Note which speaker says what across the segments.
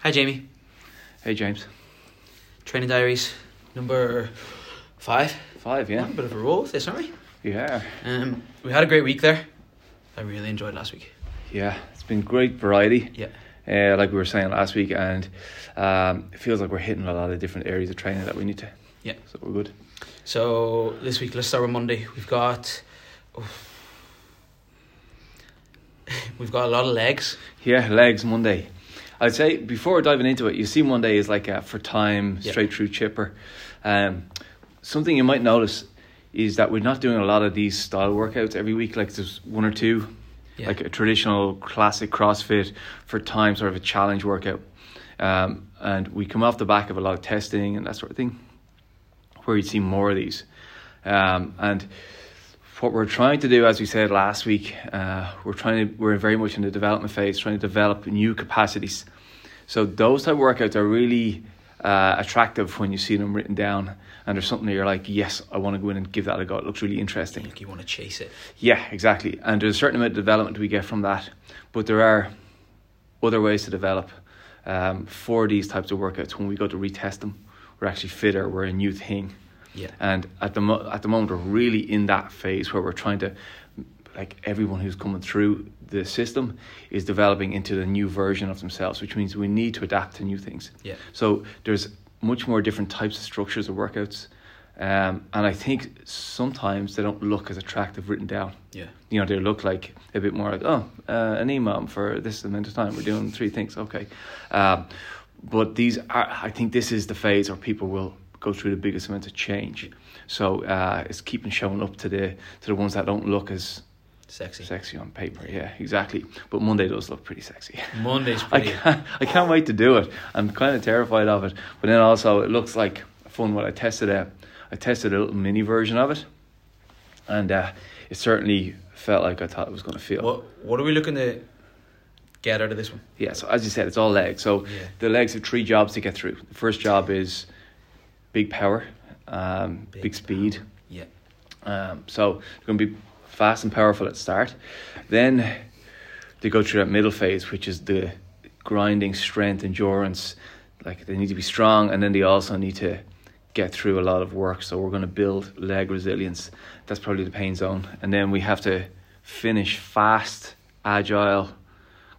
Speaker 1: Hi, Jamie.
Speaker 2: Hey, James.
Speaker 1: Training Diaries number five.
Speaker 2: Five,
Speaker 1: We're on A bit of a roll with this, aren't we?
Speaker 2: Yeah.
Speaker 1: Um, we had a great week there. I really enjoyed last week.
Speaker 2: Yeah. It's been great variety.
Speaker 1: Yeah.
Speaker 2: Uh, like we were saying last week, and um, it feels like we're hitting a lot of different areas of training that we need to.
Speaker 1: Yeah.
Speaker 2: So we're good.
Speaker 1: So this week, let's start with Monday. We've got oh, we've got a lot of legs.
Speaker 2: Yeah, legs Monday. I'd say before diving into it, you see Monday is like a for time
Speaker 1: Yeah.
Speaker 2: straight through chipper. Um, something you might notice is that we're not doing a lot of these style workouts every week. Like there's one or two,
Speaker 1: Yeah.
Speaker 2: like a traditional classic CrossFit for time sort of a challenge workout. Um, and we come off the back of a lot of testing and that sort of thing, where you'd see more of these. Um, and what we're trying to do, as we said last week, uh, we're trying to we're very much in the development phase, trying to develop new capacities. So those type of workouts are really uh, attractive when you see them written down, and there's something that you're like, yes, I want to go in and give that a go. It looks really interesting.
Speaker 1: Like you want to chase it.
Speaker 2: Yeah, exactly. And there's a certain amount of development we get from that, but there are other ways to develop um, for these types of workouts. When we go to retest them, we're actually fitter. We're a new thing,
Speaker 1: Yeah.
Speaker 2: and at the mo- at the moment we're really in that phase where we're trying to, like everyone who's coming through the system, is developing into the new version of themselves, which means we need to adapt to new things.
Speaker 1: Yeah.
Speaker 2: So there's much more different types of structures of workouts. Um, and I think sometimes they don't look as attractive written down
Speaker 1: Yeah.
Speaker 2: you know, they look like a bit more like, oh, uh, an imam for this amount of time. We're doing three things, okay. Um, but these are, I think this is the phase where people will go through the biggest amount of change. So uh, it's keeping showing up to the to the ones that don't look as
Speaker 1: Sexy.
Speaker 2: sexy on paper. Yeah, exactly. But Monday does look pretty sexy.
Speaker 1: Monday's
Speaker 2: I
Speaker 1: pretty.
Speaker 2: can't, I can't wait to do it. I'm kind of terrified of it. But then also, it looks like fun. What I tested out, I tested a little mini version of it, and uh, it certainly felt like I thought it was going to feel.
Speaker 1: What What are we looking to get out of this one?
Speaker 2: Yeah. So as you said, it's all legs. So
Speaker 1: Yeah.
Speaker 2: the legs have three jobs to get through. The first job is big power, um,
Speaker 1: Big
Speaker 2: big, speed.
Speaker 1: Yeah.
Speaker 2: Um, so they're going to be fast and powerful at start. Then they go through that middle phase, which is the grinding, strength, endurance. Like they need to be strong, and then they also need to get through a lot of work. So we're going to build leg resilience. That's probably the pain zone, and then we have to finish fast, agile,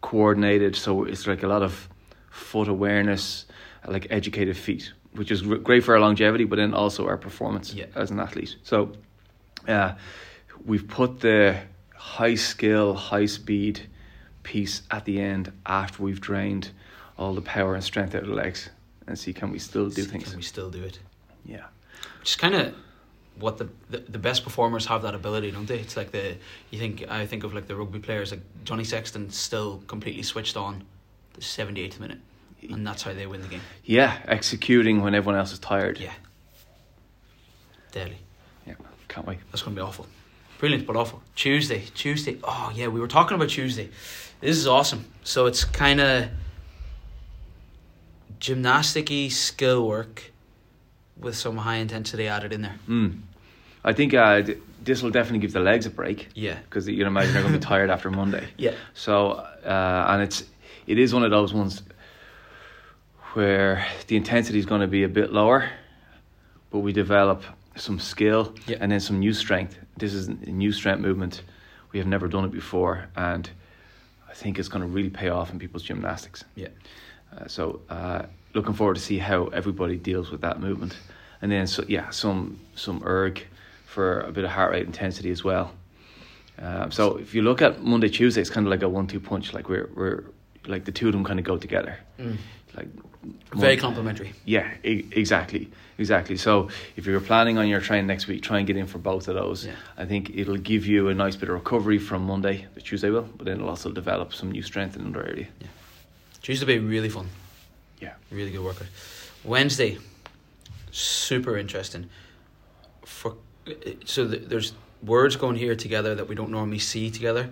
Speaker 2: coordinated. So it's like a lot of foot awareness, like educated feet, which is gr- great for our longevity, but then also our performance
Speaker 1: Yeah.
Speaker 2: as an athlete. So uh, we've put the high skill, high speed piece at the end after we've drained all the power and strength out of the legs and see can we still do
Speaker 1: See,
Speaker 2: things.
Speaker 1: Can we still do it?
Speaker 2: Yeah.
Speaker 1: which is kind of what the, the the best performers have that ability, don't they? It's like the you think I think of like the rugby players, like Johnny Sexton, still completely switched on the seventy eighth minute, and that's how they win the game.
Speaker 2: Yeah, executing when everyone else is tired.
Speaker 1: Yeah, deadly.
Speaker 2: Yeah. Can't wait.
Speaker 1: That's gonna be awful. Brilliant, but awful. Tuesday, Tuesday. Oh yeah, we were talking about Tuesday. This is awesome. So it's kind of gymnasticy skill work with some high intensity added in there.
Speaker 2: Mm. I think uh, th- this will definitely give the legs a break
Speaker 1: Yeah,
Speaker 2: because you can imagine they're going to be tired after Monday.
Speaker 1: yeah,
Speaker 2: So, uh, and it's it is one of those ones where the intensity is going to be a bit lower, but we develop some skill
Speaker 1: Yeah.
Speaker 2: and then some new strength. This is a new strength movement. We have never done it before, and I think it's going to really pay off in people's gymnastics.
Speaker 1: yeah.
Speaker 2: Uh, so, uh, looking forward to see how everybody deals with that movement, and then so yeah, some some erg for a bit of heart rate intensity as well. Um, so if you look at Monday Tuesday, it's kind of like a one-two punch. Like we're we're like the two of them kind of go together.
Speaker 1: Mm.
Speaker 2: Like
Speaker 1: Very
Speaker 2: Mon-
Speaker 1: complimentary.
Speaker 2: yeah, e- exactly, exactly. So if you're planning on your train next week, try and get in for both of those.
Speaker 1: Yeah.
Speaker 2: I think it'll give you a nice bit of recovery from Monday. The Tuesday will, but then it'll also develop some new strength in another area.
Speaker 1: Tuesday will be really fun.
Speaker 2: Yeah.
Speaker 1: Really good workout. Wednesday, super interesting. For so th- there's words going here together that we don't normally see together.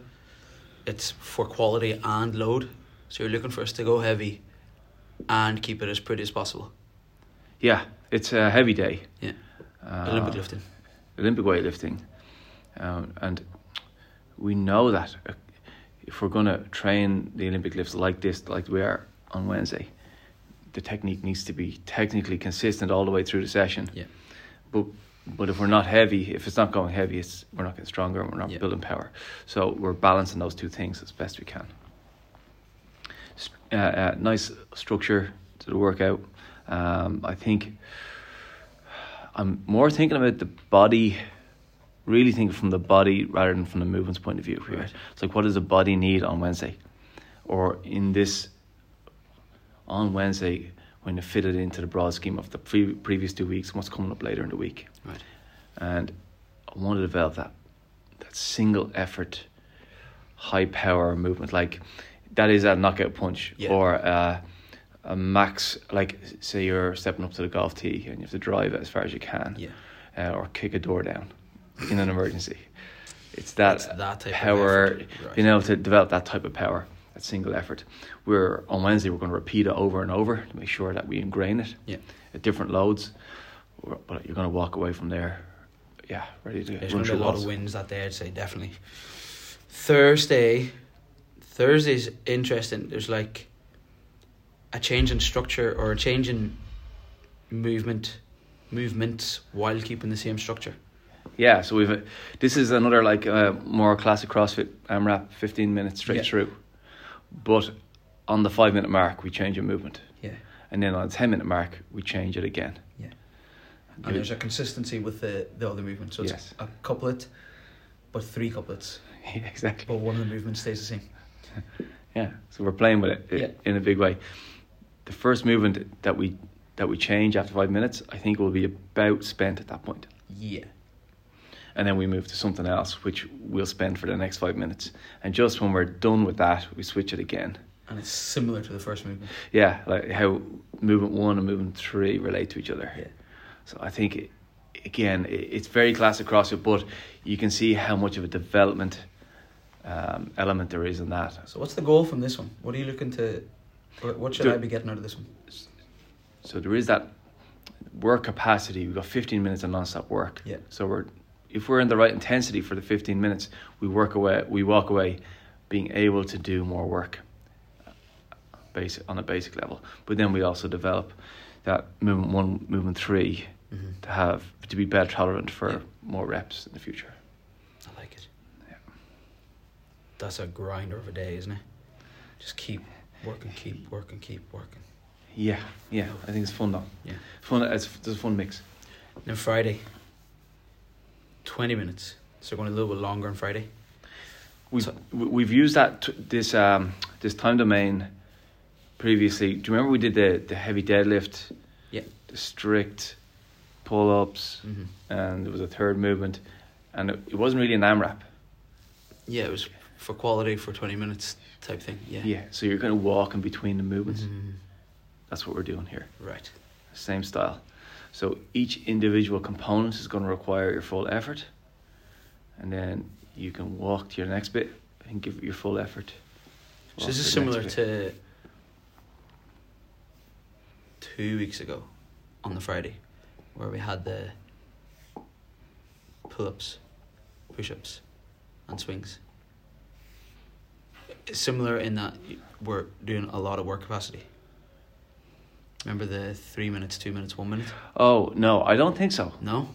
Speaker 1: It's for quality and load. So you're looking for us to go heavy, and keep it as pretty as possible.
Speaker 2: Yeah, it's a heavy day.
Speaker 1: Yeah.
Speaker 2: Uh,
Speaker 1: Olympic lifting.
Speaker 2: Olympic weightlifting, um, and we know that uh, if we're going to train the Olympic lifts like this, like we are on Wednesday, the technique needs to be technically consistent all the way through the session.
Speaker 1: Yeah.
Speaker 2: But but if we're not heavy, if it's not going heavy, it's we're not getting stronger and we're not
Speaker 1: Yeah.
Speaker 2: building power. So we're balancing those two things as best we can. S- Uh, uh, nice structure to the workout. Um, I think I'm more thinking about the body, really thinking from the body rather than from the movements point of view. here.
Speaker 1: Right.
Speaker 2: It's like, what does the body need on Wednesday? Or in this, on Wednesday, when you fit it into the broad scheme of the pre- previous two weeks and what's coming up later in the week.
Speaker 1: Right.
Speaker 2: And I want to develop that, that single effort, high power movement. Like, that is a knockout punch
Speaker 1: Yeah.
Speaker 2: or a, a max, like, say you're stepping up to the golf tee and you have to drive it as far as you can
Speaker 1: Yeah.
Speaker 2: uh, or kick a door down in an emergency. It's that,
Speaker 1: It's that type of
Speaker 2: power,
Speaker 1: effort, right.
Speaker 2: being able to develop that type of power, that single effort. We're on Wednesday. We're going to repeat it over and over to make sure that we ingrain it
Speaker 1: Yeah.
Speaker 2: at different loads. Or- But you're going to walk away from there, yeah, ready to
Speaker 1: There's going
Speaker 2: run
Speaker 1: to be
Speaker 2: through
Speaker 1: a lot
Speaker 2: walls.
Speaker 1: of wins that day, I'd say, definitely. Thursday, Thursday's interesting. There's like a change in structure or a change in movement, movements while keeping the same structure.
Speaker 2: Yeah, so we've uh, this is another like uh, more classic CrossFit AMRAP, fifteen minutes straight
Speaker 1: Yeah.
Speaker 2: through, but on the five minute mark we change a movement,
Speaker 1: Yeah.
Speaker 2: and then on the ten minute mark we change it again.
Speaker 1: Yeah. And
Speaker 2: And do-
Speaker 1: there's a consistency with the, the other movement. So it's
Speaker 2: Yes.
Speaker 1: a couplet, but three couplets,
Speaker 2: Yeah, exactly.
Speaker 1: but one of the movements stays the same.
Speaker 2: Yeah. So we're playing with it i-
Speaker 1: Yeah.
Speaker 2: in a big way. The first movement that we that we change after five minutes, I think will be about spent at that point.
Speaker 1: Yeah.
Speaker 2: And then we move to something else, which we'll spend for the next five minutes. And just when we're done with that, we switch it again.
Speaker 1: And it's similar to the first movement.
Speaker 2: Yeah, like how movement one and movement three relate to each other. So I think, it- again, i- it's very classic CrossFit, but you can see how much of a development um, element there is in that.
Speaker 1: So what's the goal from this one? What are you looking to? what- What should
Speaker 2: Do-
Speaker 1: I be getting out of this one?
Speaker 2: So there is that work capacity. We've got 15 minutes of non-stop work.
Speaker 1: Yeah.
Speaker 2: So we're if we're in the right intensity for the 15 minutes, we work away. We walk away being able to do more work. Basic on a basic level, but then we also develop that movement one, movement three
Speaker 1: Mm-hmm.
Speaker 2: to have to be better tolerant for
Speaker 1: Yeah.
Speaker 2: more reps in the future.
Speaker 1: I like it.
Speaker 2: Yeah.
Speaker 1: That's a grinder of a day, isn't it? Just keep working, keep working, keep working.
Speaker 2: Yeah, yeah. I think it's fun though.
Speaker 1: Yeah.
Speaker 2: Fun. It's, it's a fun mix.
Speaker 1: Then Friday, twenty minutes. So going a little bit longer on Friday.
Speaker 2: We've,
Speaker 1: So-
Speaker 2: we- we've used that t- this um, this time domain previously. Do you remember we did the, the heavy deadlift?
Speaker 1: Yeah.
Speaker 2: The strict pull ups,
Speaker 1: Mm-hmm.
Speaker 2: and there was a third movement, and it, it wasn't really an AMRAP.
Speaker 1: Yeah, it was for quality for twenty minutes type thing. Yeah.
Speaker 2: So you're going to walk in between the movements.
Speaker 1: Mhm.
Speaker 2: That's what we're doing here.
Speaker 1: Right.
Speaker 2: Same style. So each individual component is going to require your full effort, and then you can walk to your next bit and give it your full effort.
Speaker 1: So
Speaker 2: Walk
Speaker 1: this is
Speaker 2: to the next
Speaker 1: similar
Speaker 2: bit.
Speaker 1: to two weeks ago on the Friday, where we had the pull ups, push ups, and swings. It's similar in that y- we're doing a lot of work capacity. Remember the three minutes, two minutes, one minute?
Speaker 2: Oh no, I don't think so.
Speaker 1: No?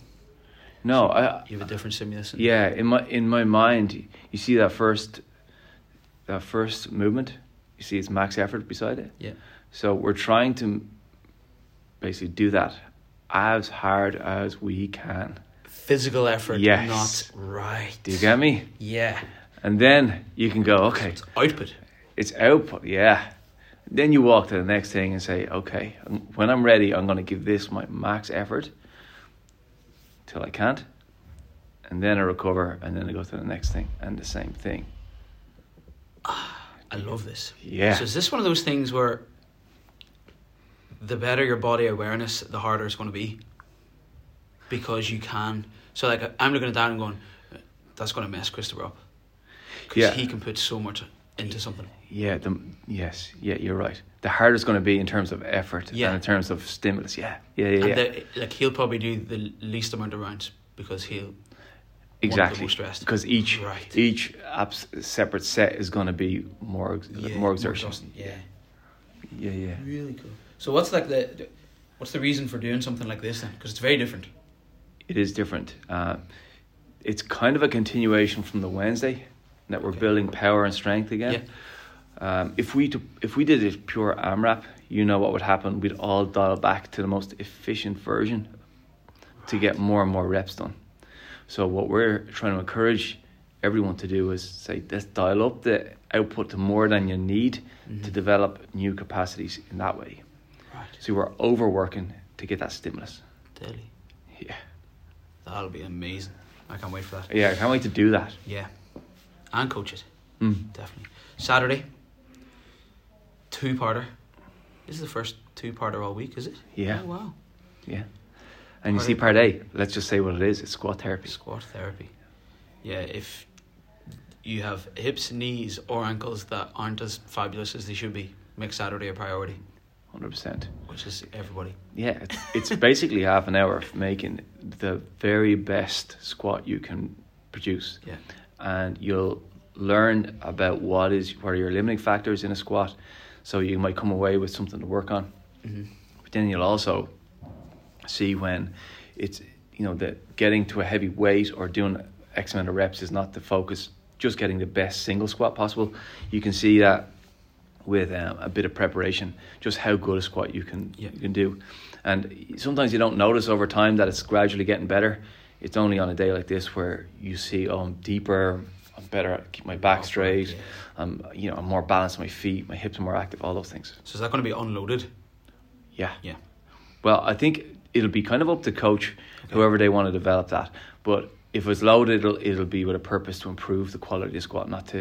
Speaker 2: No, I
Speaker 1: You have a different stimulus? in-
Speaker 2: yeah. In my in my mind, you see that first, that first movement. You see it's max effort beside it.
Speaker 1: Yeah.
Speaker 2: So we're trying to basically do that as hard as we can.
Speaker 1: Physical effort,
Speaker 2: Yes.
Speaker 1: not right.
Speaker 2: Do you get me?
Speaker 1: Yeah.
Speaker 2: And then you can go okay.
Speaker 1: It's output.
Speaker 2: It's output. Yeah. Then you walk to the next thing and say, okay, when I'm ready, I'm going to give this my max effort till I can't. And then I recover and then I go to the next thing and the same thing.
Speaker 1: I love this.
Speaker 2: Yeah.
Speaker 1: So is this one of those things where the better your body awareness, the harder it's going to be? Because you can. So like I'm looking at that and going, that's going to mess Christopher up. Because
Speaker 2: Yeah.
Speaker 1: he can put so much into something.
Speaker 2: Yeah, the, yes, yeah, you're right. The harder it's going to be in terms of effort
Speaker 1: Yeah.
Speaker 2: and in terms of stimulus. Yeah, yeah, yeah, yeah.
Speaker 1: And the, like he'll probably do the least amount of rounds because he'll
Speaker 2: exactly.
Speaker 1: most stressed.
Speaker 2: Because each
Speaker 1: Right.
Speaker 2: each abs- separate set is going to be more ex-
Speaker 1: Yeah,
Speaker 2: more exertion.
Speaker 1: exhausting. Yeah.
Speaker 2: Yeah, yeah.
Speaker 1: Really cool. So what's like the, what's the reason for doing something like this then? Because it's very different.
Speaker 2: It is different. Uh, it's kind of a continuation from the Wednesday that we're
Speaker 1: Okay.
Speaker 2: building power and strength again. Um, if we do, if we did it pure AMRAP, you know what would happen. We'd all dial back to the most efficient version to get more and more reps done. So what we're trying to encourage everyone to do is say, let's dial up the output to more than you need to
Speaker 1: Mhm.
Speaker 2: develop new capacities in that way.
Speaker 1: Right.
Speaker 2: So we're overworking to get that stimulus.
Speaker 1: Daily.
Speaker 2: Yeah,
Speaker 1: That'll be amazing. I can't wait for that.
Speaker 2: yeah. I can't wait to do that.
Speaker 1: Yeah. And coach it.
Speaker 2: Mm.
Speaker 1: Definitely. Saturday. Two parter. This is the first two parter all week, is it?
Speaker 2: Yeah.
Speaker 1: Oh, wow.
Speaker 2: Yeah. And you
Speaker 1: Part
Speaker 2: see
Speaker 1: of-
Speaker 2: part A, let's just say what it is, it's squat therapy.
Speaker 1: Squat therapy. Yeah, if you have hips, knees, or ankles that aren't as fabulous as they should be, make Saturday a priority,
Speaker 2: 100%.
Speaker 1: which is everybody.
Speaker 2: Yeah, it's, it's basically half an hour of making the very best squat you can produce.
Speaker 1: Yeah.
Speaker 2: And you'll learn about what is what are your limiting factors in a squat. So you might come away with something to work on.
Speaker 1: hmm
Speaker 2: But then you'll also see when it's you know that getting to a heavy weight or doing X amount of reps is not the focus. Just getting the best single squat possible. You can see that with um, a bit of preparation, just how good a squat you can
Speaker 1: Yeah.
Speaker 2: you can do. And sometimes you don't notice over time that it's gradually getting better. It's only on a day like this where you see, oh, I'm deeper, I'm better, I keep my back
Speaker 1: Upright,
Speaker 2: straight,
Speaker 1: yeah.
Speaker 2: I'm you know I'm more balanced, on my feet, my hips are more active, all those things.
Speaker 1: So is that going to be unloaded?
Speaker 2: Yeah.
Speaker 1: Yeah.
Speaker 2: Well, I think it'll be kind of up to coach, whoever they want to develop that. But if it's loaded, it'll it'll be with a purpose to improve the quality of the squat, not to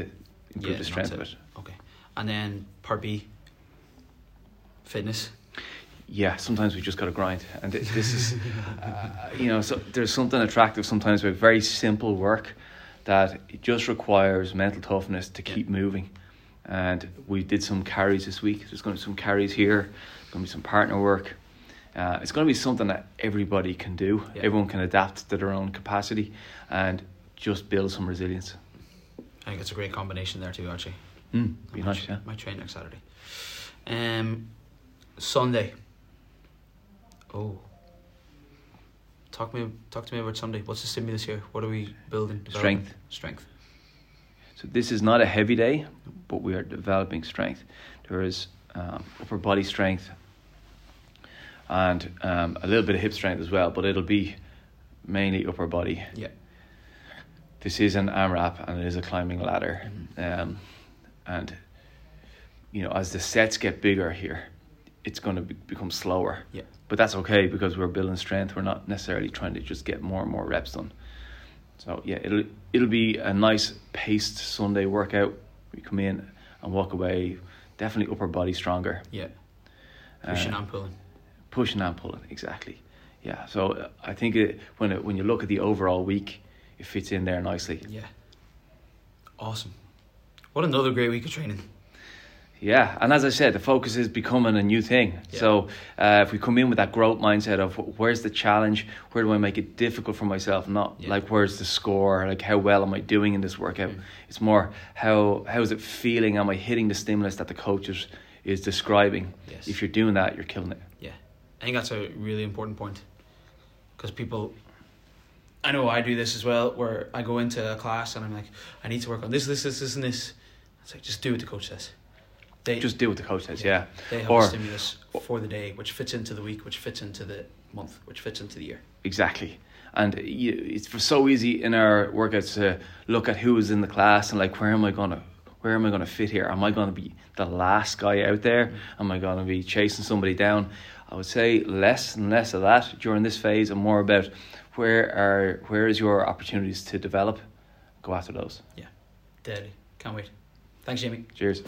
Speaker 2: improve
Speaker 1: Yeah,
Speaker 2: the
Speaker 1: not
Speaker 2: strength
Speaker 1: to-
Speaker 2: of it.
Speaker 1: Okay. And then part B, fitness.
Speaker 2: Yeah, sometimes we just got to grind, and thi- this is, uh, you know, so there's something attractive sometimes with very simple work that it just requires mental toughness to
Speaker 1: Yeah.
Speaker 2: keep moving. And we did some carries this week. There's going to be some carries here. There's going to be some partner work. Uh, it's going to be something that everybody can do.
Speaker 1: Yeah.
Speaker 2: Everyone can adapt to their own capacity, and just build some resilience.
Speaker 1: I think it's a great combination there too, Archie.
Speaker 2: Mm, be
Speaker 1: I
Speaker 2: nice,
Speaker 1: might-
Speaker 2: yeah.
Speaker 1: Might train next Saturday. Um, Sunday. Oh. Talk me talk to me about Sunday. What's the stimulus here? What are we building? developing?
Speaker 2: Strength.
Speaker 1: Strength.
Speaker 2: So this is not a heavy day, but we are developing strength. There is um, upper body strength and um, a little bit of hip strength as well, but it'll be mainly upper body.
Speaker 1: Yeah.
Speaker 2: This is an AMRAP and it is a climbing ladder, um, and you know as the sets get bigger here, it's going to be, become slower.
Speaker 1: Yeah.
Speaker 2: But that's okay because we're building strength. We're not necessarily trying to just get more and more reps done. So yeah, it'll it'll be a nice paced Sunday workout. We come in and walk away definitely upper body stronger.
Speaker 1: Yeah.
Speaker 2: Uh,
Speaker 1: Pushing and pulling.
Speaker 2: pushing and pulling exactly. Yeah. So uh, I think it, when it, when you look at the overall week, it fits in there nicely.
Speaker 1: Yeah. Awesome. What another great week of training.
Speaker 2: Yeah, and as I said, the focus is becoming a new thing.
Speaker 1: Yeah.
Speaker 2: So uh, if we come in with that growth mindset of wh- where's the challenge, where do I make it difficult for myself, not
Speaker 1: Yeah. Mm.
Speaker 2: like where's the score, like how well am I doing in this workout? It's more how how is it feeling? Am I hitting the stimulus that the coach is, is describing?
Speaker 1: Yes.
Speaker 2: If you're doing that, you're killing it.
Speaker 1: Yeah, I think that's a really important point because people. I know I do this as well, where I go into a class and I'm like, I need to work on this, this, this, this, and this. It's like just do what the coach says. They
Speaker 2: Just do what the coach says.
Speaker 1: Yeah.
Speaker 2: Yeah.
Speaker 1: they have
Speaker 2: or-
Speaker 1: a stimulus for the day, which fits into the week, which fits into the month, which fits into the year.
Speaker 2: Exactly. And you, it's so easy in our workouts to look at who is in the class and like, where am I gonna, where am I gonna fit here? Am I gonna be the last guy out there? Am I gonna be chasing somebody down? I would say less and less of that during this phase, and more about where are where is your opportunities to develop? Go after those.
Speaker 1: Deadly. Can't wait. Thanks, Jamie.
Speaker 2: Cheers.